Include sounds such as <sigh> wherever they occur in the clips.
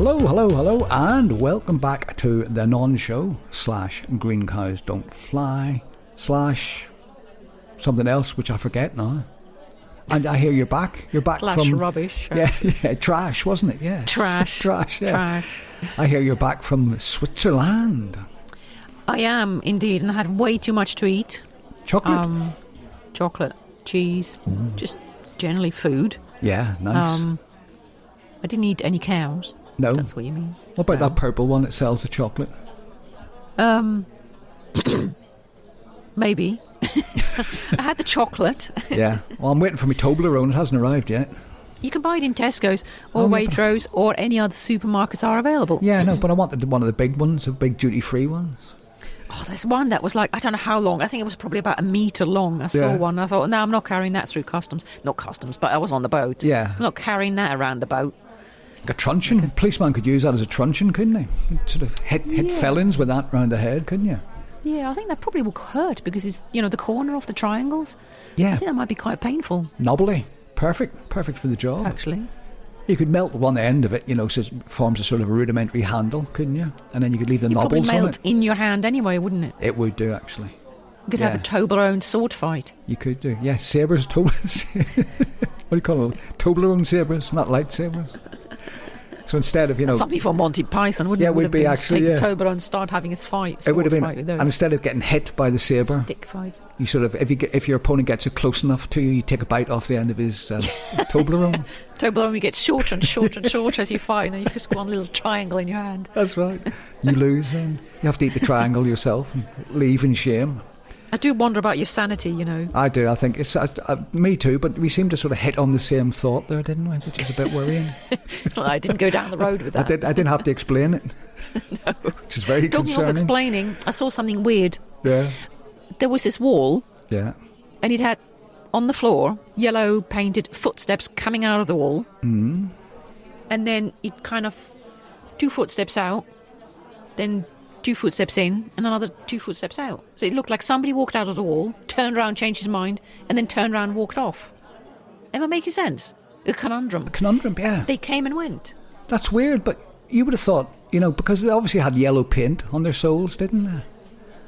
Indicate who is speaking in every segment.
Speaker 1: hello, and welcome back to the non-show slash Green Cows Don't Fly slash something else which I forget now. And I hear you're back. You're back
Speaker 2: Slash
Speaker 1: from
Speaker 2: rubbish.
Speaker 1: <laughs>
Speaker 2: or
Speaker 1: yeah, yeah, trash, wasn't it? Yeah, <laughs>
Speaker 2: Trash.
Speaker 1: trash. Yeah.
Speaker 2: trash.
Speaker 1: I hear you're back from Switzerland.
Speaker 2: I am indeed, and I had way too much to eat.
Speaker 1: Chocolate.
Speaker 2: Um, chocolate, cheese,
Speaker 1: Mm.
Speaker 2: just generally food.
Speaker 1: yeah, nice.
Speaker 2: Um, I didn't eat any cows.
Speaker 1: no,
Speaker 2: That's what you mean.
Speaker 1: what about
Speaker 2: no.
Speaker 1: that purple one that sells the chocolate?
Speaker 2: Um, maybe. <laughs> I had the chocolate.
Speaker 1: yeah. Well, I'm waiting for my Toblerone. It hasn't arrived yet.
Speaker 2: You can buy it in Tesco's
Speaker 1: Oh,
Speaker 2: or
Speaker 1: yeah, but-
Speaker 2: Waitrose or any other supermarkets are available.
Speaker 1: Yeah, no, but I wanted one of the big ones, the big duty-free ones.
Speaker 2: Oh, there's one that was like, I don't know how long. I think it was probably about a metre long. I saw
Speaker 1: Yeah.
Speaker 2: one. I thought, no, I'm not carrying that through customs. Not customs, but I was on the boat.
Speaker 1: Yeah.
Speaker 2: I'm not carrying that around the boat.
Speaker 1: Like a truncheon. policeman could use that as a truncheon, couldn't they? Sort of hit, hit
Speaker 2: Yeah.
Speaker 1: felons with that round the head, couldn't you?
Speaker 2: Yeah, I think that probably will hurt because it's, you know, the corner of the triangles. I
Speaker 1: Yeah.
Speaker 2: think that might be quite painful,
Speaker 1: Knobbly. Perfect. Perfect for the job.
Speaker 2: actually.
Speaker 1: You could melt one end of it, you know, so it forms a sort of a rudimentary handle, couldn't you? And then you could leave the
Speaker 2: You'd probably
Speaker 1: knobbles on
Speaker 2: melt
Speaker 1: it.
Speaker 2: in your hand anyway, wouldn't it?
Speaker 1: It would do, actually.
Speaker 2: You could have
Speaker 1: Yeah.
Speaker 2: a Toblerone sword fight.
Speaker 1: You could do. Yeah, sabres, <laughs> Toblerone. what do you call them? Toblerone sabres, not lightsabers. So instead of, you know,
Speaker 2: Something for Monty Python,
Speaker 1: Oh.
Speaker 2: wouldn't
Speaker 1: Yeah,
Speaker 2: it?
Speaker 1: it would
Speaker 2: have
Speaker 1: be
Speaker 2: been to
Speaker 1: actually,
Speaker 2: Take
Speaker 1: yeah.
Speaker 2: the Toblerone and start having his fight.
Speaker 1: it
Speaker 2: sword
Speaker 1: would have been,
Speaker 2: fight with
Speaker 1: and
Speaker 2: those.
Speaker 1: instead of getting hit by the sabre,
Speaker 2: Stick fight.
Speaker 1: You sort of, if you get, if your opponent gets it close enough to you, you take a bite off the end of his <laughs> uh, Toblerone.
Speaker 2: Toblerone gets shorter and
Speaker 1: <laughs>
Speaker 2: shorter and shorter as you fight, and you've just got one little triangle in your hand.
Speaker 1: That's right. You lose then. You have to eat the triangle yourself and leave in shame.
Speaker 2: I do wonder about your sanity, you know. <laughs>
Speaker 1: I do. I think it's uh, uh, me too. But we seem to sort of hit on the same thought there, didn't we? Which is a bit <laughs> worrying.
Speaker 2: I didn't go down the road with
Speaker 1: I
Speaker 2: that.
Speaker 1: did. I didn't have to explain <laughs> it. Which is very
Speaker 2: Talking
Speaker 1: concerning.
Speaker 2: of explaining, I saw something weird.
Speaker 1: yeah.
Speaker 2: There was this wall,
Speaker 1: Yeah.
Speaker 2: and it had on the floor yellow painted footsteps coming out of the wall. Mm. And then it kind of two footsteps out, then two footsteps in, and another two footsteps out. So it looked like somebody walked out of the wall, turned around, changed his mind, and then turned around and walked off. Ever making sense? A conundrum.
Speaker 1: Conundrum. Yeah.
Speaker 2: They came and went.
Speaker 1: That's weird. But you would have thought, you know, because they obviously had yellow paint on their soles, didn't they?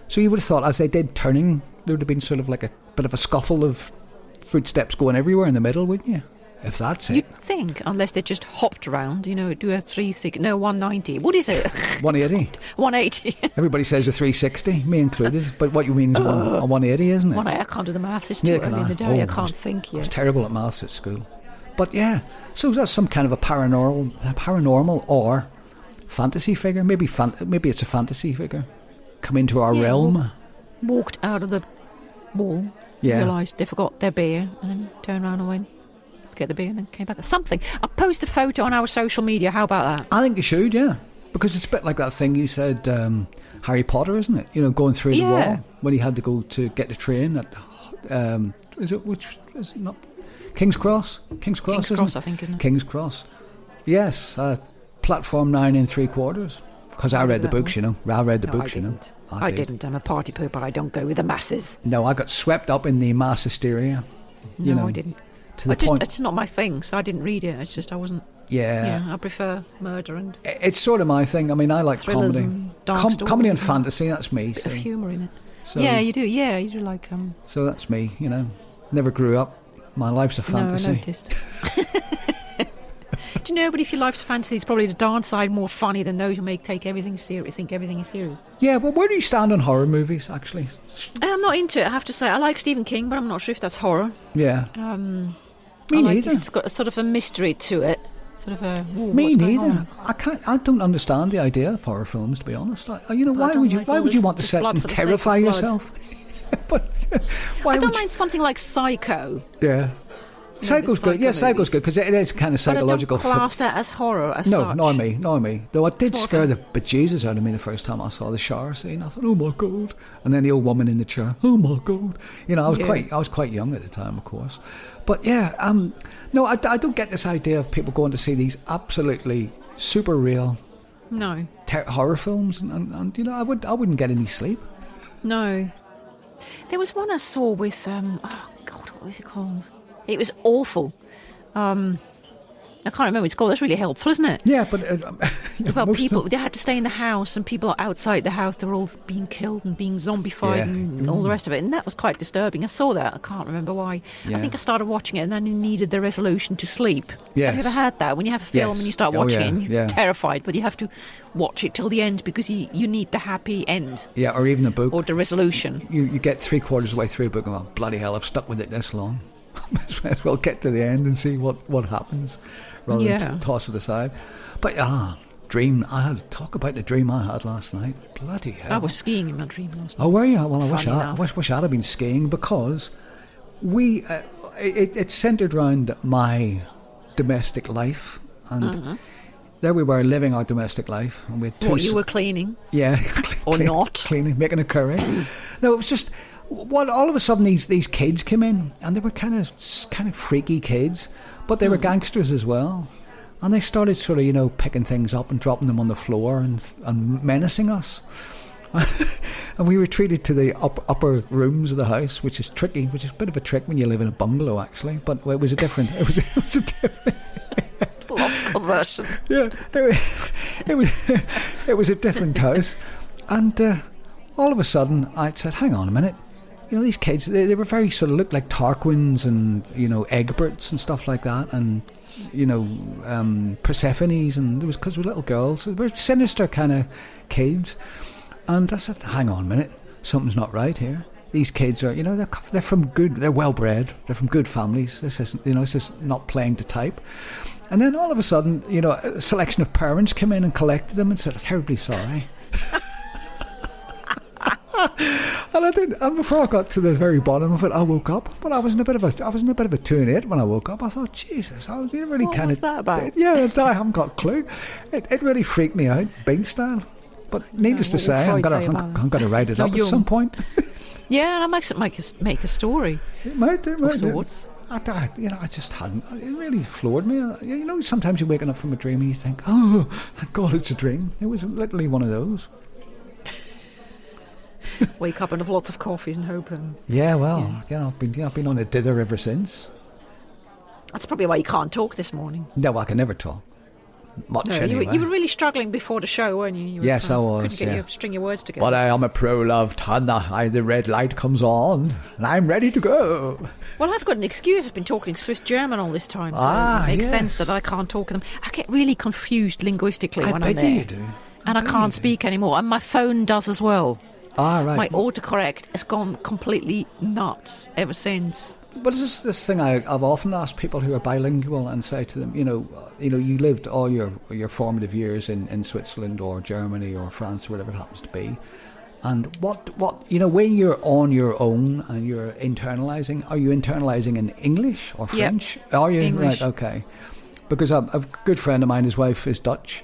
Speaker 1: So you would have thought, as they did turning, there would have been sort of like a bit of a scuffle of footsteps going everywhere in the middle, wouldn't you? If that's it.
Speaker 2: You'd think, unless they just hopped around, you know, do a three six, no, 190. What is it? <laughs>
Speaker 1: 180.
Speaker 2: 180.
Speaker 1: Everybody says a 360, me included. But what you mean is a, one, a 180, isn't it?
Speaker 2: <laughs> One, I can't do the maths. It's too
Speaker 1: Neither can
Speaker 2: early in
Speaker 1: I.
Speaker 2: the day.
Speaker 1: Oh,
Speaker 2: I can't
Speaker 1: it's-
Speaker 2: think
Speaker 1: I was
Speaker 2: yet.
Speaker 1: terrible at maths at school. But yeah, so that's some kind of a paranormal, paranormal or fantasy figure. Maybe fan, maybe it's a fantasy figure. Come into our
Speaker 2: Yeah,
Speaker 1: realm.
Speaker 2: Walked out of the wall,
Speaker 1: Yeah.
Speaker 2: realised they forgot their beer, and then turned around and went to get the beer, and then came back. Something. I'll post a photo on our social media. How about that?
Speaker 1: I think you should, yeah. Because it's a bit like that thing you said, um, Harry Potter, isn't it? You know, going through the
Speaker 2: Yeah.
Speaker 1: wall when he had to go to get the train at, um, is it which is it not King's Cross? King's Cross,
Speaker 2: King's
Speaker 1: isn't
Speaker 2: Cross,
Speaker 1: it?
Speaker 2: I think, isn't it?
Speaker 1: King's Cross. Yes, uh, platform nine and three quarters. Because I read the
Speaker 2: That one.
Speaker 1: books, you know. I read the
Speaker 2: no,
Speaker 1: books,
Speaker 2: I
Speaker 1: you know.
Speaker 2: didn't. I, didn't. I'm a party pooper. I don't go with the masses.
Speaker 1: No, I got swept up in the mass hysteria.
Speaker 2: No,
Speaker 1: You know,
Speaker 2: I didn't.
Speaker 1: To the
Speaker 2: I just,
Speaker 1: point,
Speaker 2: It's not my thing, so I didn't read it. It's just I wasn't.
Speaker 1: yeah.
Speaker 2: yeah, I prefer murder and
Speaker 1: I- It's sort of my thing. I mean, I like
Speaker 2: Thrillers
Speaker 1: comedy,
Speaker 2: and dark stories
Speaker 1: comedy and
Speaker 2: and-
Speaker 1: fantasy. That's me.
Speaker 2: bit of
Speaker 1: see.
Speaker 2: humour in it.
Speaker 1: So,
Speaker 2: yeah, you do. Yeah, you do like um.
Speaker 1: so that's me. You know, never grew up. My life's a
Speaker 2: No, I
Speaker 1: fantasy.
Speaker 2: noticed. <laughs> do you know? But if your life's a fantasy, it's probably the darn side more funny than those who make take everything serious, think everything is serious.
Speaker 1: yeah, well, where do you stand on horror movies? Actually,
Speaker 2: Eh, I'm not into it. I have to say, I like Stephen King, but I'm not sure if that's horror.
Speaker 1: yeah,
Speaker 2: Um,
Speaker 1: Me
Speaker 2: I like
Speaker 1: neither.
Speaker 2: If it's got a sort of a mystery to it. Sort of a "Ooh,
Speaker 1: me
Speaker 2: what's going
Speaker 1: neither.
Speaker 2: on?"
Speaker 1: I can't. I don't understand the idea of horror films. To be honest, I, you know,
Speaker 2: But I
Speaker 1: why
Speaker 2: don't
Speaker 1: would you?
Speaker 2: like
Speaker 1: why
Speaker 2: all
Speaker 1: would you
Speaker 2: this-
Speaker 1: want to
Speaker 2: this
Speaker 1: sit
Speaker 2: blood
Speaker 1: and
Speaker 2: for the sake of
Speaker 1: terrify
Speaker 2: blood.
Speaker 1: yourself? <laughs> but why
Speaker 2: I don't
Speaker 1: would you?
Speaker 2: mind something like Psycho.
Speaker 1: Yeah. Psycho's good. Yeah,
Speaker 2: psycho
Speaker 1: Psycho's
Speaker 2: movies.
Speaker 1: good because it is kind of
Speaker 2: But I don't
Speaker 1: psychological. thr-
Speaker 2: class that as horror. As
Speaker 1: No,
Speaker 2: such.
Speaker 1: not me, not me. Though I did
Speaker 2: It's more
Speaker 1: scare the bejesus out of me the first time I saw the shower scene. I thought, oh my god! And then the old woman in the chair, oh my god! You know, I was
Speaker 2: Yeah.
Speaker 1: quite, I was quite young at the time, of course. But yeah, um, no, I, I don't get this idea of people going to see these absolutely super real
Speaker 2: No,
Speaker 1: ter- horror films, and, and, and you know, I would, I wouldn't get any sleep.
Speaker 2: No. There was one I saw with um oh god, what was it called? It was awful. Um I can't remember what it's called. That's really helpful, isn't it?
Speaker 1: Yeah, but uh, <laughs> you know,
Speaker 2: Well,
Speaker 1: most of
Speaker 2: people
Speaker 1: them-
Speaker 2: they had to stay in the house, and people outside the house they were all being killed and being zombified
Speaker 1: Yeah.
Speaker 2: and all the rest of it, and that was quite disturbing. I saw that. I can't remember why.
Speaker 1: Yeah.
Speaker 2: I think I started watching it, and then you needed the resolution to sleep. Have
Speaker 1: Yes.
Speaker 2: you ever had that when you have a film
Speaker 1: Yes.
Speaker 2: and you start
Speaker 1: Oh,
Speaker 2: watching
Speaker 1: yeah,
Speaker 2: it, and you're
Speaker 1: yeah.
Speaker 2: terrified, but you have to watch it till the end because you you need the happy end
Speaker 1: yeah, or even a book.
Speaker 2: or the resolution.
Speaker 1: you, you get three quarters of the way through a book and go, "Oh, bloody hell, I've stuck with it this long. <laughs> Might as well get to the end and see what, what happens rather
Speaker 2: Yeah.
Speaker 1: than t- toss it aside. But ah, dream. I had talk about the dream I had last night. Bloody hell.
Speaker 2: I was skiing in my dream last night.
Speaker 1: Oh, were you? Well, I wish
Speaker 2: Funny
Speaker 1: I, I
Speaker 2: enough.
Speaker 1: wish, wish I'd have been skiing because we uh, it, it's centered around my domestic life, and there we were living our domestic life, and we had two
Speaker 2: Mm-hmm. what
Speaker 1: s-
Speaker 2: you were cleaning?
Speaker 1: yeah, <laughs>
Speaker 2: Or not.
Speaker 1: cleaning, making a
Speaker 2: <clears throat>
Speaker 1: curry. no, it was just what all of a sudden these these kids came in, and they were kind of kind of freaky kids, but they
Speaker 2: Hmm.
Speaker 1: were gangsters as well, and they started sort of you know picking things up and dropping them on the floor and and menacing us. <laughs> and we retreated to the up, upper rooms of the house, which is tricky, which is a bit of a trick when you live in a bungalow, actually. But it was a different, it was, it was a different
Speaker 2: Love
Speaker 1: <laughs>
Speaker 2: conversion.
Speaker 1: yeah, it was, it was, it was a different house. And uh, all of a sudden, I said, hang on a minute. You know, these kids, they, they were very sort of looked like Tarquins and, you know, Egberts and stuff like that. And, you know, um, Persephones. And it was because we're little girls. They were sinister kind of kids. And I said, hang on a minute. Something's not right here. These kids are, you know, they're, co- they're from good, they're well bred, they're from good families. This isn't, you know, this is not playing to type. And then all of a sudden, you know, a selection of parents came in and collected them and said, terribly sorry. <laughs> and I did, and before I got to the very bottom of it, I woke up. But I was in a bit of a, I was in a bit of a two and eight when I woke up. I thought, Jesus, I was really
Speaker 2: What
Speaker 1: kind
Speaker 2: was
Speaker 1: of
Speaker 2: that about?
Speaker 1: Yeah, I haven't got a clue. It, it really freaked me out, Bing style. But needless
Speaker 2: what
Speaker 1: to
Speaker 2: would
Speaker 1: say, I'm
Speaker 2: Freud
Speaker 1: gonna,
Speaker 2: say
Speaker 1: I'm,
Speaker 2: about that?
Speaker 1: I'm gonna write it
Speaker 2: No,
Speaker 1: up at
Speaker 2: Jung.
Speaker 1: some point.
Speaker 2: Yeah, and I might make a, make a story
Speaker 1: It might, it
Speaker 2: of
Speaker 1: might. do.
Speaker 2: sorts.
Speaker 1: I, I, you know, I just hadn't. It really floored me. You know, sometimes you're waking up from a dream and you think, "Oh, thank God, it's a dream." It was literally one of those.
Speaker 2: Wake up and have lots of coffees and hope and
Speaker 1: Yeah, well, yeah, I've been, yeah, I've been on a dither ever since.
Speaker 2: That's probably why you can't talk this morning.
Speaker 1: No, I can never talk much
Speaker 2: No, you,
Speaker 1: anyway.
Speaker 2: were, you were really struggling before the show, weren't you? you were
Speaker 1: Yes, I
Speaker 2: kind of-
Speaker 1: was,
Speaker 2: Couldn't get
Speaker 1: yeah.
Speaker 2: your string your words together.
Speaker 1: but I am a pro-loved Hannah. I, the red light comes on, and I'm ready to go.
Speaker 2: well, I've got an excuse. I've been talking Swiss German all this time, so
Speaker 1: Ah,
Speaker 2: it makes
Speaker 1: yes.
Speaker 2: sense that I can't talk them. I get really confused linguistically
Speaker 1: I
Speaker 2: when I'm
Speaker 1: bet
Speaker 2: there,
Speaker 1: you do.
Speaker 2: and I
Speaker 1: bet
Speaker 2: can't
Speaker 1: you do.
Speaker 2: speak anymore. And my phone does as well.
Speaker 1: Ah, right.
Speaker 2: My autocorrect has gone completely nuts ever since.
Speaker 1: But it's this this thing I, I've often asked people who are bilingual and say to them, you know, uh, you know, you lived all your your formative years in, in Switzerland or Germany or France, whatever it happens to be. And what what you know when you're on your own and you're internalizing, are you internalizing in English or
Speaker 2: Yep.
Speaker 1: French? Are you
Speaker 2: English.
Speaker 1: right? Okay, because a, a good friend of mine, his wife is Dutch,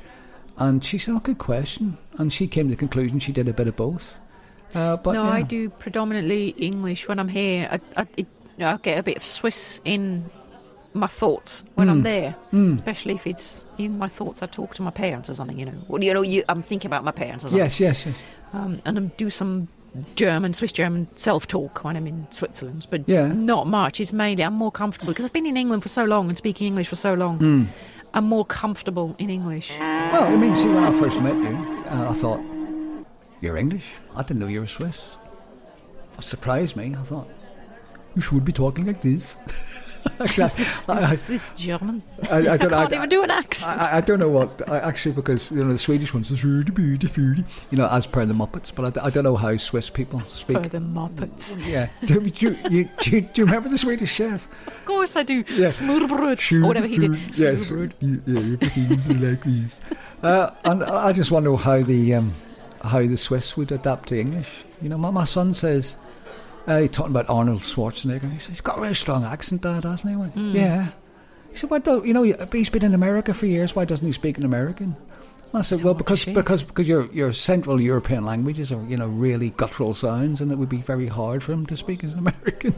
Speaker 1: and she said, "Oh, good question," and she came to the conclusion she did a bit of both. Uh, but
Speaker 2: no,
Speaker 1: yeah.
Speaker 2: I do predominantly English when I'm here. I, I, it, you know, I get a bit of Swiss in my thoughts when
Speaker 1: Hmm.
Speaker 2: I'm there, especially if it's in my thoughts. I talk to my parents or something, you know. Well, you know, you, I'm thinking about my parents or something,
Speaker 1: Yes, yes, yes.
Speaker 2: um, and I do some German, Swiss German self-talk when I'm in Switzerland, but
Speaker 1: Yeah.
Speaker 2: not much. It's mainly I'm more comfortable because I've been in England for so long and speaking English for so long. I'm more comfortable in English.
Speaker 1: Well, Hmm. I mean, see, when I first met you, uh, I thought, you're English? I didn't know you were Swiss. It surprised me. I thought, you should be talking like this. <laughs> actually, I, I,
Speaker 2: Is this German?
Speaker 1: I, I,
Speaker 2: <laughs> I
Speaker 1: don't,
Speaker 2: can't
Speaker 1: I,
Speaker 2: even do an accent.
Speaker 1: I, I don't know what, I, actually, because, you know, the Swedish ones, "It's really beauty, beauty," you know, as per the Muppets, but I d- I, don't know how Swiss people
Speaker 2: Oh,
Speaker 1: speak.
Speaker 2: the Muppets.
Speaker 1: Yeah. <laughs> Do you, you, do, you, do you remember the Swedish chef?
Speaker 2: Of course I do.
Speaker 1: Yeah.
Speaker 2: Smørbrød. Or whatever he did.
Speaker 1: Yes.
Speaker 2: Smørbrød.
Speaker 1: Yeah, everything's like these. Uh, and I just wonder how the um, how the Swiss would adapt to English. You know, my, my son says uh, he's talking about Arnold Schwarzenegger. He says he's got a really strong accent, Dad, hasn't he? I
Speaker 2: Hmm.
Speaker 1: went, Yeah. He said, "Why don't you know? He's been in America for years. Why doesn't he speak in American?" And I said,
Speaker 2: So
Speaker 1: "Well,
Speaker 2: much
Speaker 1: because
Speaker 2: shame."
Speaker 1: because because your your Central European languages are you know really guttural sounds, and it would be very hard for him to speak as an American."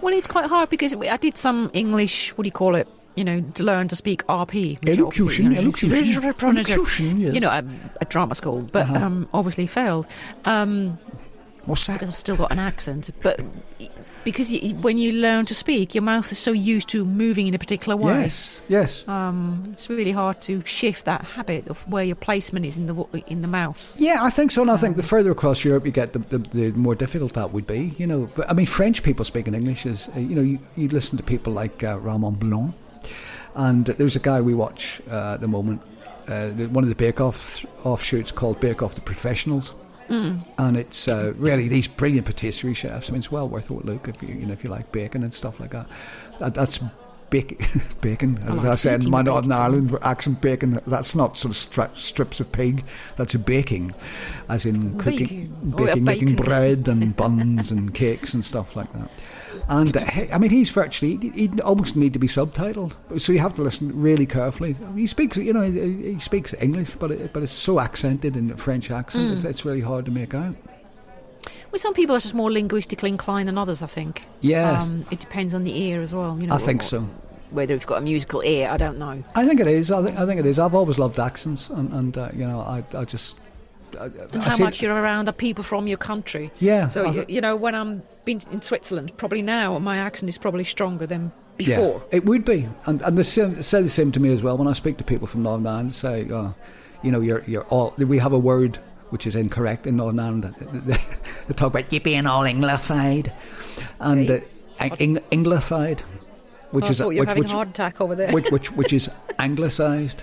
Speaker 2: Well, it's quite hard because I did some English, what do you call it? You know, to learn to speak RP. which obviously,
Speaker 1: Elocution,
Speaker 2: you know,
Speaker 1: elocution, Uh-huh.
Speaker 2: pronunciation.
Speaker 1: elocution. Yes.
Speaker 2: You know, I'm at drama school, but um, obviously failed. Um,
Speaker 1: What's that?
Speaker 2: because I've still got an accent. But because you, when you learn to speak, your mouth is so used to moving in a particular way.
Speaker 1: Yes, yes,
Speaker 2: Um, it's really hard to shift that habit of where your placement is in the w- in the mouth.
Speaker 1: yeah. I think so, and I think the further across Europe you get, the, the, the more difficult that would be. You know, but I mean, French people speaking English is, uh, you know, you, you listen to people like uh, Ramon Blanc, and there's a guy we watch uh, at the moment, uh, the, one of the Bake Off offshoots called Bake Off the Professionals. and it's uh, really these brilliant patisserie chefs. I mean, it's well worth a look if you, you know if you like bacon and stuff like that. that that's bacon, <laughs> bacon.
Speaker 2: I
Speaker 1: As I,
Speaker 2: like
Speaker 1: said, in
Speaker 2: eating
Speaker 1: my
Speaker 2: baked
Speaker 1: Northern Ireland accent, bacon. That's not sort of stri- strips of pig. That's baking, as in cooking,
Speaker 2: Baking.
Speaker 1: baking,
Speaker 2: Oh, yeah,
Speaker 1: making
Speaker 2: bacon.
Speaker 1: bread
Speaker 2: <laughs>
Speaker 1: and buns and cakes and stuff like that. And uh, he- I mean, he's virtually he- he'd almost need to be subtitled, so you have to listen really carefully. He speaks, you know, he he speaks English, but it, but it's so accented in the French accent,
Speaker 2: Mm.
Speaker 1: it's, it's really hard to make out.
Speaker 2: Well, some people are just more linguistically inclined than others. I think.
Speaker 1: Yes,
Speaker 2: Um, it depends on the ear as well. You know,
Speaker 1: I think
Speaker 2: or-
Speaker 1: so.
Speaker 2: Whether you've got a musical ear, I don't know.
Speaker 1: I think it is. I think I think it is. I've always loved accents, and and uh, you know, I I just I, I
Speaker 2: And how
Speaker 1: see-
Speaker 2: much you're around are people from your country.
Speaker 1: Yeah,
Speaker 2: So
Speaker 1: I
Speaker 2: you,
Speaker 1: think-
Speaker 2: you know, when I'm been in Switzerland, probably now my accent is probably stronger than
Speaker 1: yeah,
Speaker 2: before.
Speaker 1: it would be, and and they say, say the same to me as well when I speak to people from Northern Ireland. Say, oh, you know, you're you're all. We have a word which is incorrect in Northern Ireland. <laughs> They, they talk about you being all Englified, and uh, Eng- Englified, which
Speaker 2: Oh, I
Speaker 1: is
Speaker 2: thought you were
Speaker 1: which
Speaker 2: having
Speaker 1: which,
Speaker 2: a heart attack over there.
Speaker 1: which which which is anglicised.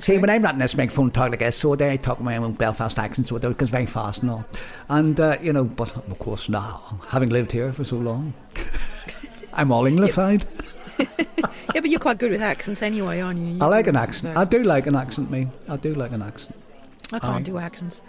Speaker 1: See, when I'm not in this microphone talking like this, so there I talk my own Belfast accent, so it goes very fast and all. And, uh, you know, but of course, now, having lived here for so long, <laughs> I'm all Englified.
Speaker 2: <laughs> yeah, but you're quite good with accents anyway, aren't you? You
Speaker 1: I like
Speaker 2: can
Speaker 1: an
Speaker 2: sort
Speaker 1: accent.
Speaker 2: of-
Speaker 1: I do like an accent, me. I do like an accent.
Speaker 2: I
Speaker 1: I-
Speaker 2: can't do accents.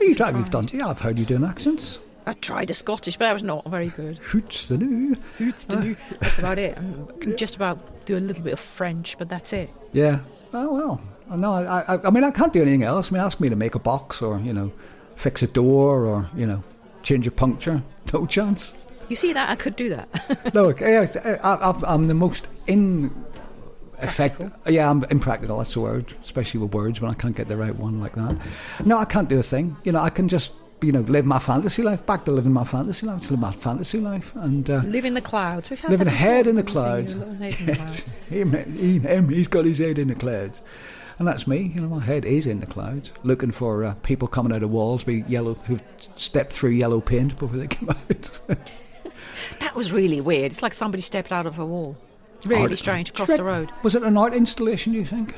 Speaker 1: You try, you've done, yeah, I've heard you doing accents.
Speaker 2: I tried a Scottish, but I was not very good.
Speaker 1: Hoots the new.
Speaker 2: Hoots
Speaker 1: <laughs>
Speaker 2: to do. That's about it. I can just about do a little bit of French, but that's it.
Speaker 1: Yeah. Oh well. Uh, No, I, I, I mean I can't do anything else. I mean, ask me to make a box or you know, fix a door or you know, change a puncture. No chance.
Speaker 2: You see that? I could do that.
Speaker 1: no, I, eh, I, I've- I'm the most in effect. Yeah, I'm impractical. That's the word, especially with words when I can't get the right one like that. No, I can't do a thing. You know, I can just you know live my fantasy life. Back to living my fantasy life. It's live my fantasy life and. Uh,
Speaker 2: Live in the clouds. We've had
Speaker 1: Living
Speaker 2: that
Speaker 1: head
Speaker 2: before,
Speaker 1: in the
Speaker 2: haven't we,
Speaker 1: clouds.
Speaker 2: Sue? Living head in
Speaker 1: <laughs>
Speaker 2: the
Speaker 1: Yes,
Speaker 2: clouds.
Speaker 1: him, he- him, he's got his head in the clouds. And that's me, you know, my head is in the clouds, looking for uh, people coming out of walls with yellow, who've stepped through yellow paint before they come out.
Speaker 2: That was really weird. It's like somebody stepped out of a wall.
Speaker 1: <laughs>
Speaker 2: Really
Speaker 1: Art-
Speaker 2: strange across
Speaker 1: Trick-
Speaker 2: the road.
Speaker 1: Was it an art installation, do you think?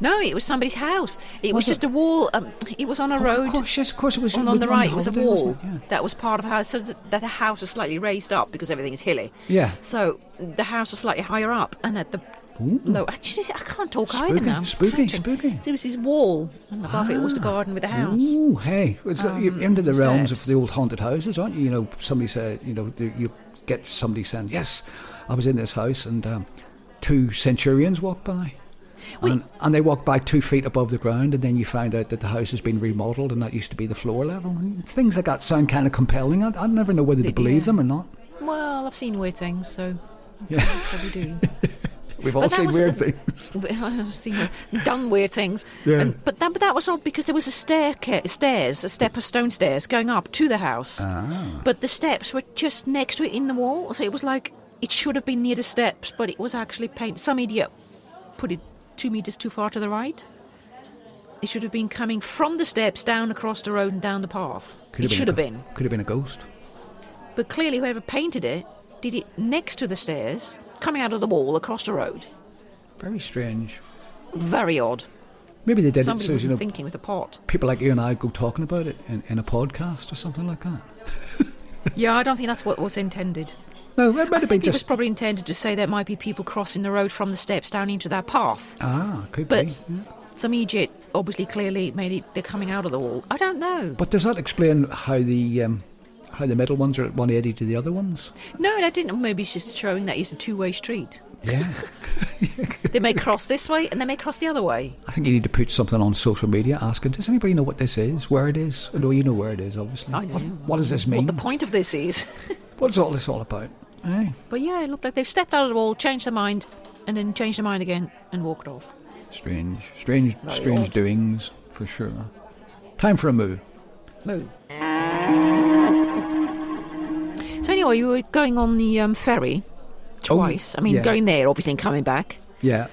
Speaker 2: No, it was somebody's house. It
Speaker 1: Was
Speaker 2: was, just
Speaker 1: it? Oh,
Speaker 2: a wall. Um, it was on a
Speaker 1: Of
Speaker 2: road.
Speaker 1: course, yes, of course it was.
Speaker 2: On,
Speaker 1: we
Speaker 2: on the
Speaker 1: were on
Speaker 2: right was a
Speaker 1: holiday, wasn't
Speaker 2: wall
Speaker 1: it?
Speaker 2: that was part of a house, so th- that the house is slightly raised up because everything is hilly.
Speaker 1: Yeah.
Speaker 2: So the house was slightly higher up, and at the
Speaker 1: Ooh.
Speaker 2: low, I, just, I can't talk
Speaker 1: Spooky,
Speaker 2: either now. It's
Speaker 1: spooky,
Speaker 2: counting.
Speaker 1: spooky. Ah.
Speaker 2: So it was his wall, and above it was the garden with the house. Um,
Speaker 1: Ooh, hey, it's, uh, you're into the realms of
Speaker 2: steps.
Speaker 1: the old haunted houses, aren't you? You know, somebody said, you know, you you get somebody saying, "Yes, I was in this house," and um, two centurions walked by,
Speaker 2: Wait.
Speaker 1: and, and they walked by two feet above the ground, and then you find out that the house has been remodelled, and that used to be the floor level. And things like that sound kind of compelling. I, I never know whether to
Speaker 2: Yeah.
Speaker 1: believe them or not.
Speaker 2: Well, I've seen weird things, so
Speaker 1: Yeah.
Speaker 2: probably do.
Speaker 1: We've
Speaker 2: all that seen was weird the-
Speaker 1: things.
Speaker 2: <laughs> I've seen weird- done weird things.
Speaker 1: Yeah.
Speaker 2: And, but that but that was odd because there was a staircase, stairs, a step of stone stairs going up to the house,
Speaker 1: Ah.
Speaker 2: but the steps were just next to it in the wall. So it was like it should have been near the steps, but it was actually paint. Some idiot put it two meters too far to the right. It should have been coming from the steps down across the road and down the path. it should have been.
Speaker 1: Could have been a ghost.
Speaker 2: But clearly, whoever painted it did it next to the stairs, coming out of the wall across the road.
Speaker 1: Very strange.
Speaker 2: Very odd.
Speaker 1: Maybe they did
Speaker 2: Somebody
Speaker 1: it so you
Speaker 2: wasn't
Speaker 1: know
Speaker 2: thinking with a pot.
Speaker 1: people like you and I go talking about it in, in a podcast or something like that.
Speaker 2: Yeah, I don't think that's what was intended.
Speaker 1: No, that might
Speaker 2: I
Speaker 1: have been
Speaker 2: think it was
Speaker 1: just
Speaker 2: probably intended to say there might be people crossing the road from the steps down into that path.
Speaker 1: ah, could
Speaker 2: But
Speaker 1: be. yeah.
Speaker 2: some idiot obviously clearly made it they're coming out of the wall. I don't know.
Speaker 1: But does that explain how the um, how the middle ones are at one eighty to the other ones?
Speaker 2: No, that didn't. Maybe it's just showing that it's a two way street.
Speaker 1: Yeah,
Speaker 2: They
Speaker 1: <laughs>
Speaker 2: may cross this way and they may cross the other way.
Speaker 1: I think you need to put something on social media asking, does anybody know what this is, where it is? No, you know where it is, obviously.
Speaker 2: I know.
Speaker 1: What, what does this mean?
Speaker 2: What the point of this is. <laughs>
Speaker 1: what is all this all about? Eh?
Speaker 2: but yeah, it looked like they stepped out of the wall, changed their mind, and then changed their mind again and walked off.
Speaker 1: Strange, strange,
Speaker 2: Very
Speaker 1: strange
Speaker 2: odd.
Speaker 1: doings for sure. Time for a moo.
Speaker 2: Moo. So anyway, you were going on the um, ferry
Speaker 1: Oh,
Speaker 2: twice. I mean,
Speaker 1: yeah.
Speaker 2: going there obviously and coming back,
Speaker 1: Yeah.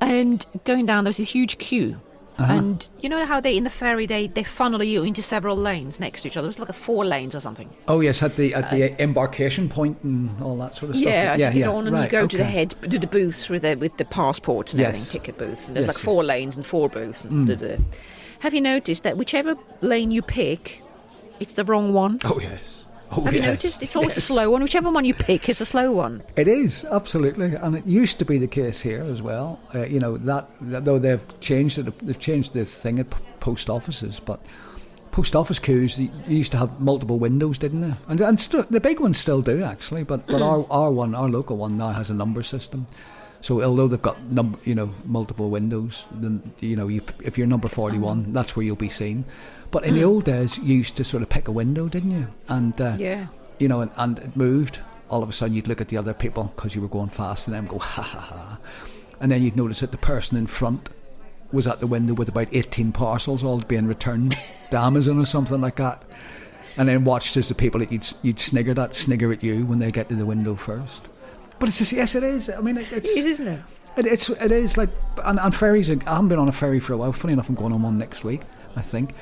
Speaker 2: and going down there was this huge queue.
Speaker 1: Uh-huh.
Speaker 2: And you know how they in the ferry they, they funnel you into several lanes next to each other. It was like a four lanes or something.
Speaker 1: Oh yes, at the at the embarkation point and all that sort of stuff.
Speaker 2: Uh, Yeah, as you get on and
Speaker 1: Right,
Speaker 2: you go to the
Speaker 1: okay.
Speaker 2: head to the booths with the with the passports and
Speaker 1: Yes.
Speaker 2: everything, ticket booths, and there's
Speaker 1: Yes, Mm.
Speaker 2: like four lanes and four booths. And da, da, da. Have you noticed that whichever lane you pick, it's the wrong one?
Speaker 1: Oh yes. Oh,
Speaker 2: Have you
Speaker 1: yes.
Speaker 2: noticed? It's always a
Speaker 1: Yes.
Speaker 2: slow one. Whichever one you pick is a slow one.
Speaker 1: It is absolutely, and it used to be the case here as well. Uh, you know that, that though they've changed it, they've changed the thing at p- post offices, but post office queues you you used to have multiple windows, didn't they? And and st- the big ones still do actually, but but our our one, our local one now has a number system. So although they've got num- you know multiple windows, then you know you, if you're number forty one, that's where you'll be seen. But in the old days, you used to sort of pick a window, didn't you? And uh,
Speaker 2: Yeah.
Speaker 1: you know, and, and it moved, all of a sudden you'd look at the other people because you were going fast and them go, ha ha ha. And then you'd notice that the person in front was at the window with about 18 parcels all being
Speaker 2: <laughs>
Speaker 1: returned to Amazon or something like that. And then watched as the people that you'd, you'd sniggered at snigger at you when they get to the window first. But it's just, yes, it is. I mean, it, it's.
Speaker 2: It is, isn't it?
Speaker 1: It, it's it is like and, and ferries. are- I haven't been on a ferry for a while. Funny enough, I'm going on one next week. I think.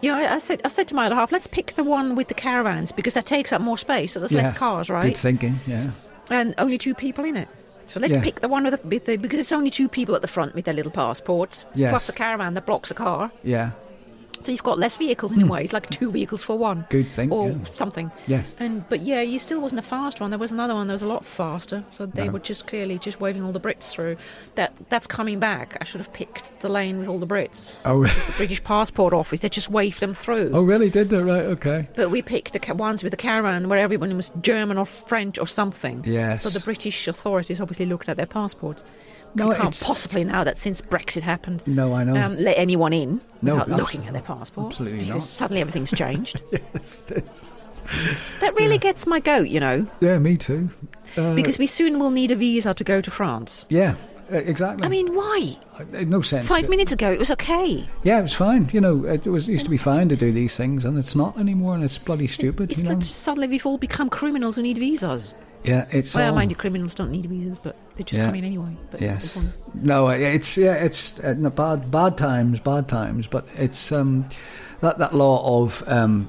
Speaker 2: Yeah, I, I said I said to my other half, let's pick the one with the caravans because that takes up more space, so there's less
Speaker 1: Yeah.
Speaker 2: cars,
Speaker 1: Good
Speaker 2: right?
Speaker 1: thinking. Yeah.
Speaker 2: and only two people in it. So let's
Speaker 1: Yeah.
Speaker 2: pick the one with the, with the because it's only two people at the front with their little passports,
Speaker 1: Yes.
Speaker 2: plus a caravan that blocks a car.
Speaker 1: Yeah.
Speaker 2: So you've got less vehicles in a way. It's like two vehicles for one.
Speaker 1: Hmm. Good thing,
Speaker 2: Or
Speaker 1: yeah.
Speaker 2: something.
Speaker 1: Yes.
Speaker 2: And but yeah, you still wasn't a fast one. There was another one that was a lot faster. So they
Speaker 1: No.
Speaker 2: were just clearly just waving all the Brits through. That that's coming back. I should have picked the lane with all the Brits.
Speaker 1: Oh. <laughs>
Speaker 2: British passport office. They just waved them through.
Speaker 1: oh, really? Did they? Right. Okay.
Speaker 2: But we picked the ca- ones with the caravan where everyone was German or French or something.
Speaker 1: Yes.
Speaker 2: So the British authorities obviously looked at their passports.
Speaker 1: No,
Speaker 2: 'Cause you can't
Speaker 1: it's-
Speaker 2: possibly now that since Brexit happened.
Speaker 1: No, I know. <laughs>
Speaker 2: Um, let anyone in
Speaker 1: No,
Speaker 2: without looking
Speaker 1: absolutely-
Speaker 2: at their passport.
Speaker 1: absolutely
Speaker 2: because
Speaker 1: not.
Speaker 2: Suddenly everything's changed.
Speaker 1: <laughs> yes, it is.
Speaker 2: that really gets my goat, you know,
Speaker 1: Yeah, me too. Uh,
Speaker 2: because we soon will need a visa to go to France.
Speaker 1: yeah, e- exactly.
Speaker 2: I mean, why?
Speaker 1: Uh, no sense.
Speaker 2: Five
Speaker 1: to-
Speaker 2: minutes ago, it was okay.
Speaker 1: Yeah, it was fine. You know, it was used to be fine to do these things, and it's not anymore, and it's bloody stupid.
Speaker 2: It's
Speaker 1: You know?
Speaker 2: like just suddenly we've all become criminals who need visas.
Speaker 1: Yeah, it's.
Speaker 2: well,
Speaker 1: all-
Speaker 2: mind you, criminals don't need visas, but they just
Speaker 1: Yeah.
Speaker 2: come in anyway. But
Speaker 1: Yes.
Speaker 2: they want-
Speaker 1: No, uh, it's yeah, it's uh, no, bad bad times, bad times. But it's um, that that law of um,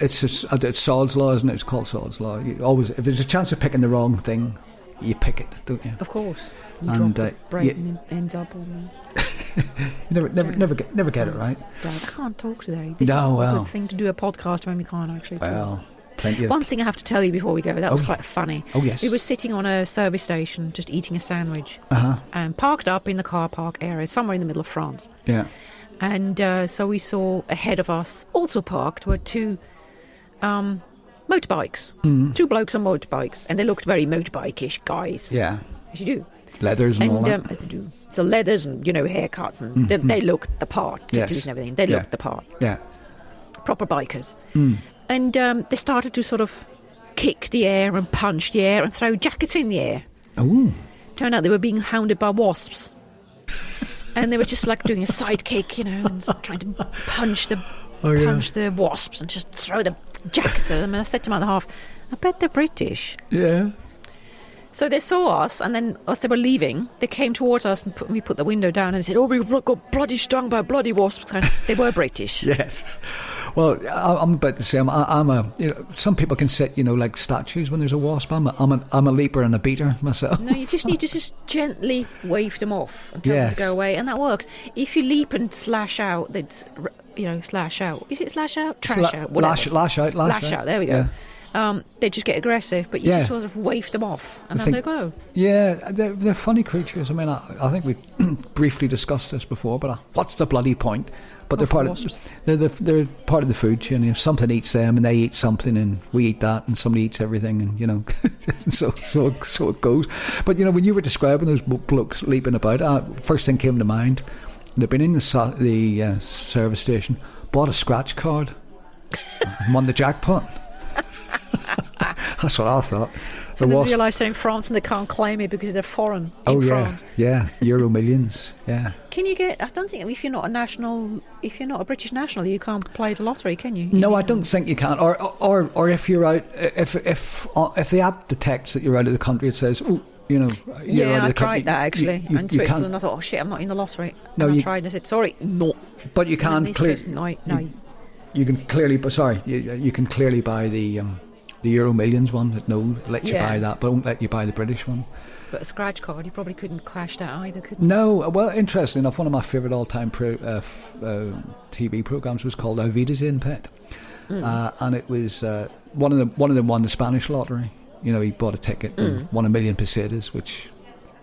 Speaker 1: it's just, uh, it's Sod's law, isn't it? It's called Sod's law. You always, if there's a chance of picking the wrong thing, you pick it, don't you?
Speaker 2: Of course. You
Speaker 1: And,
Speaker 2: drop the
Speaker 1: uh,
Speaker 2: bread
Speaker 1: yeah.
Speaker 2: and it ends up on
Speaker 1: You never never
Speaker 2: Yeah.
Speaker 1: never get never get it
Speaker 2: Sorry.
Speaker 1: right.
Speaker 2: the I can't talk today. This
Speaker 1: No,
Speaker 2: is not a
Speaker 1: well.
Speaker 2: good thing to do a podcast when we can't actually talk.
Speaker 1: Well, plenty of
Speaker 2: One thing I have to tell you before we go, that was
Speaker 1: Oh,
Speaker 2: quite funny.
Speaker 1: Oh yes.
Speaker 2: We were sitting on a service station just eating a sandwich
Speaker 1: Uh huh.
Speaker 2: and parked up in the car park area somewhere in the middle of France.
Speaker 1: Yeah.
Speaker 2: And uh, so we saw ahead of us, also parked, were two um, motorbikes.
Speaker 1: Hmm.
Speaker 2: Two blokes on motorbikes. And they looked very motorbike ish guys,
Speaker 1: Yeah.
Speaker 2: as you do.
Speaker 1: Leathers and, all
Speaker 2: and
Speaker 1: that. Hmm.
Speaker 2: um, as they do. So leathers and you know haircuts and they, they looked the part, tattoos
Speaker 1: Yes.
Speaker 2: and everything. They
Speaker 1: Yeah.
Speaker 2: looked the part,
Speaker 1: yeah.
Speaker 2: proper bikers.
Speaker 1: Hmm.
Speaker 2: And um, they started to sort of kick the air and punch the air and throw jackets in the air.
Speaker 1: Oh.
Speaker 2: Turned out they were being hounded
Speaker 1: <laughs>
Speaker 2: by wasps, and they were just like doing a side kick, you know, and trying to punch the
Speaker 1: Oh, yeah.
Speaker 2: punch the wasps and just throw the jackets at them. And I said to my other half, "I bet they're British."
Speaker 1: Yeah.
Speaker 2: So they saw us, and then as they were leaving, they came towards us, and put, we put the window down and said, "Oh, we blo- got bloody stung by bloody wasps." And They were British.
Speaker 1: Yes. Well, I, I'm about to say I'm, I, I'm a. You know, some people can sit, you know, like statues when there's a wasp. I'm a, I'm a, I'm a leaper and a beater myself.
Speaker 2: No, you just need to just gently wave them off and tell them
Speaker 1: Yes.
Speaker 2: to go away, and that works. If you leap and slash out, they'd, s- r- you know, slash out. Is it slash out?
Speaker 1: <laughs>
Speaker 2: Trash
Speaker 1: La-
Speaker 2: out. Whatever.
Speaker 1: lash, lash out, lash,
Speaker 2: Lash out. There we go. Um, they just get aggressive, but you
Speaker 1: Yeah.
Speaker 2: just sort of wave them off, and
Speaker 1: I
Speaker 2: then
Speaker 1: think-
Speaker 2: they go.
Speaker 1: Yeah, yeah they're, they're funny creatures. I mean, I, I think we <clears throat> briefly discussed this before, but uh, what's the bloody point? But they're
Speaker 2: Of
Speaker 1: part
Speaker 2: wasps.
Speaker 1: of they're, the, they're part of the food chain. You know, something eats them, and they eat something, and we eat that, and somebody eats everything, and you know, <laughs> so so so it goes. But you know, when you were describing those blo- blokes leaping about, uh, first thing came to mind. They've been in the sa- the uh, service station, bought a scratch card, <laughs> and won the jackpot. <laughs> That's what I thought. The
Speaker 2: And then
Speaker 1: wasp-
Speaker 2: realise they're in France and they can't claim it because they're foreign in
Speaker 1: Oh yeah,
Speaker 2: France.
Speaker 1: yeah, Euro millions, yeah.
Speaker 2: Can you get? I don't think if you're not a national, if you're not a British national, you can't play the lottery, can you?
Speaker 1: No, I don't think you can. Or, or, or if you're out, if if if the app detects that you're out of the country, it says, oh, you know, you're out
Speaker 2: yeah,
Speaker 1: of the
Speaker 2: I
Speaker 1: country.
Speaker 2: tried that actually
Speaker 1: You, you,
Speaker 2: in
Speaker 1: you
Speaker 2: Switzerland.
Speaker 1: can't,
Speaker 2: I thought, oh shit, I'm not in the lottery.
Speaker 1: No,
Speaker 2: and
Speaker 1: you-
Speaker 2: I tried and I said, sorry, no.
Speaker 1: but you
Speaker 2: And
Speaker 1: can
Speaker 2: they
Speaker 1: clear.
Speaker 2: said, No, no.
Speaker 1: You can clearly, but sorry, you, you can clearly buy the um, the Euro Millions one. It no, it lets you
Speaker 2: Yeah.
Speaker 1: buy that, but it won't let you buy the British one.
Speaker 2: But a scratch card, you probably couldn't clash that either, could you?
Speaker 1: No, well, interesting enough, one of my favourite all-time pro, uh, f- uh, TV programs was called Avida's Pet, uh, and it was uh, one of them. One of them won the Spanish lottery. You know, he bought a ticket, and won a million pesetas, which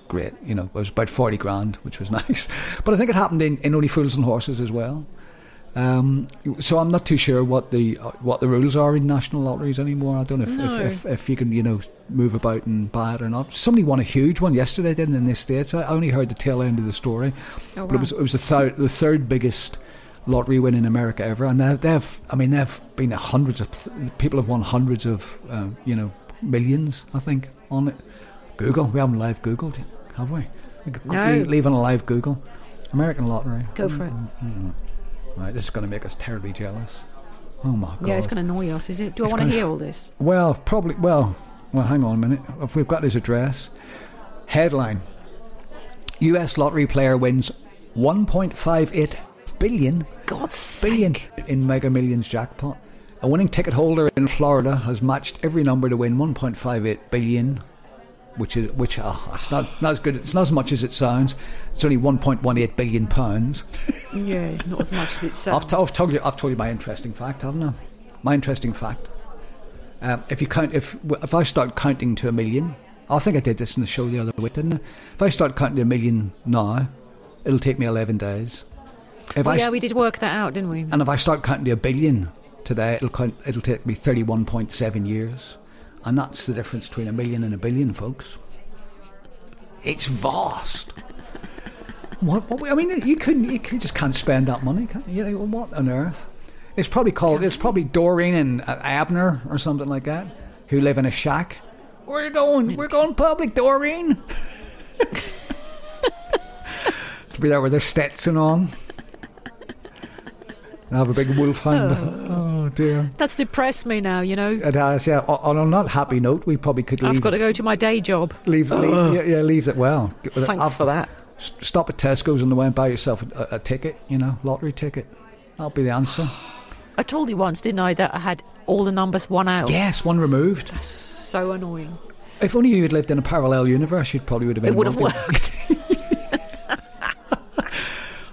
Speaker 1: great. You know, it was about forty grand, which was <laughs> nice. But I think it happened in, in Only Fools and Horses as well. Um, so I'm not too sure what the uh, what the rules are in national lotteries anymore. I don't know if,
Speaker 2: No.
Speaker 1: if, if, if you can you know move about and buy it or not. Somebody won a huge one yesterday, didn't they, in the states? I only heard the tail end of the story,
Speaker 2: Oh,
Speaker 1: but it
Speaker 2: wow.
Speaker 1: was it was the third the third biggest lottery win in America ever, and they've, they've I mean they've been hundreds of th- people have won hundreds of um, you know millions I think on it. Google, we haven't live googled, it, have we? We could
Speaker 2: No.
Speaker 1: le- Leave on a live Google, American lottery.
Speaker 2: Go for it.
Speaker 1: Mhm. Right, this is going to make us terribly jealous. Oh my god.
Speaker 2: Yeah, it's going to annoy us, is it? Do I
Speaker 1: It's
Speaker 2: want to
Speaker 1: gonna-
Speaker 2: hear all this?
Speaker 1: Well, probably. Well, well, hang on a minute. If we've got his address, headline: U.S. lottery player wins 1.58 billion
Speaker 2: God's sake.
Speaker 1: billion in Mega Millions jackpot. A winning ticket holder in Florida has matched every number to win 1.58 billion, which is which. ah, it's not not as good. It's not as much as it sounds. It's only 1.18 billion pounds.
Speaker 2: Yeah, not as much as it sounds.
Speaker 1: I've, t- I've told you. I've told you my interesting fact, haven't I? My interesting fact. Um, if you count, if if I start counting to a million, I think I did this in the show the other week, didn't I? If I start counting to a million now, it'll take me eleven days. If
Speaker 2: Well,
Speaker 1: I
Speaker 2: yeah,
Speaker 1: s-
Speaker 2: we did work that out, didn't we?
Speaker 1: and if I start counting to a billion today, it'll count, it'll take me thirty-one point seven years, and that's the difference between a million and a billion, folks. It's vast. what, what I mean, you couldn't, you could, just can't spend that money. Can you? you know, what on earth? It's probably called. It's probably Doreen and uh, Abner or something like that, who live in a shack. Where are you going? We're going public, Doreen. to be there with their Stetson on. And have a big wolf hand. with- Oh dear.
Speaker 2: That's depressed me now, you know.
Speaker 1: It has, yeah. On on a not happy note, we probably could leave.
Speaker 2: I've got to go to my day job.
Speaker 1: Leave, leave, yeah, yeah, leave that. Well,
Speaker 2: Thanks
Speaker 1: I've-
Speaker 2: for that.
Speaker 1: s- Stop at Tesco's on the way and buy yourself a, a ticket. You know, lottery ticket. That'll be the answer.
Speaker 2: I told you once, didn't I, that I had all the numbers one out.
Speaker 1: Yes, one removed.
Speaker 2: So annoying.
Speaker 1: If only you had lived in a parallel universe, you probably would have been.
Speaker 2: It would have
Speaker 1: wealthy.
Speaker 2: worked. <laughs>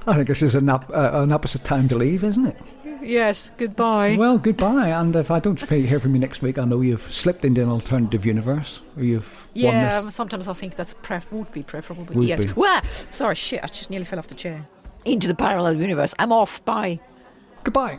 Speaker 1: I think this is an, up, uh, an opposite time to leave, isn't it?
Speaker 2: yes, goodbye.
Speaker 1: Well, goodbye. And if I don't fe- hear from you next week, I know you've slipped into an alternative universe or you've won
Speaker 2: yeah,
Speaker 1: this.
Speaker 2: um, sometimes I think that's pref- would be preferable. But
Speaker 1: Would
Speaker 2: yes.
Speaker 1: be.
Speaker 2: Wah! Sorry, shit, I just nearly fell off the chair. Into the parallel universe. I'm off. Bye.
Speaker 1: Goodbye.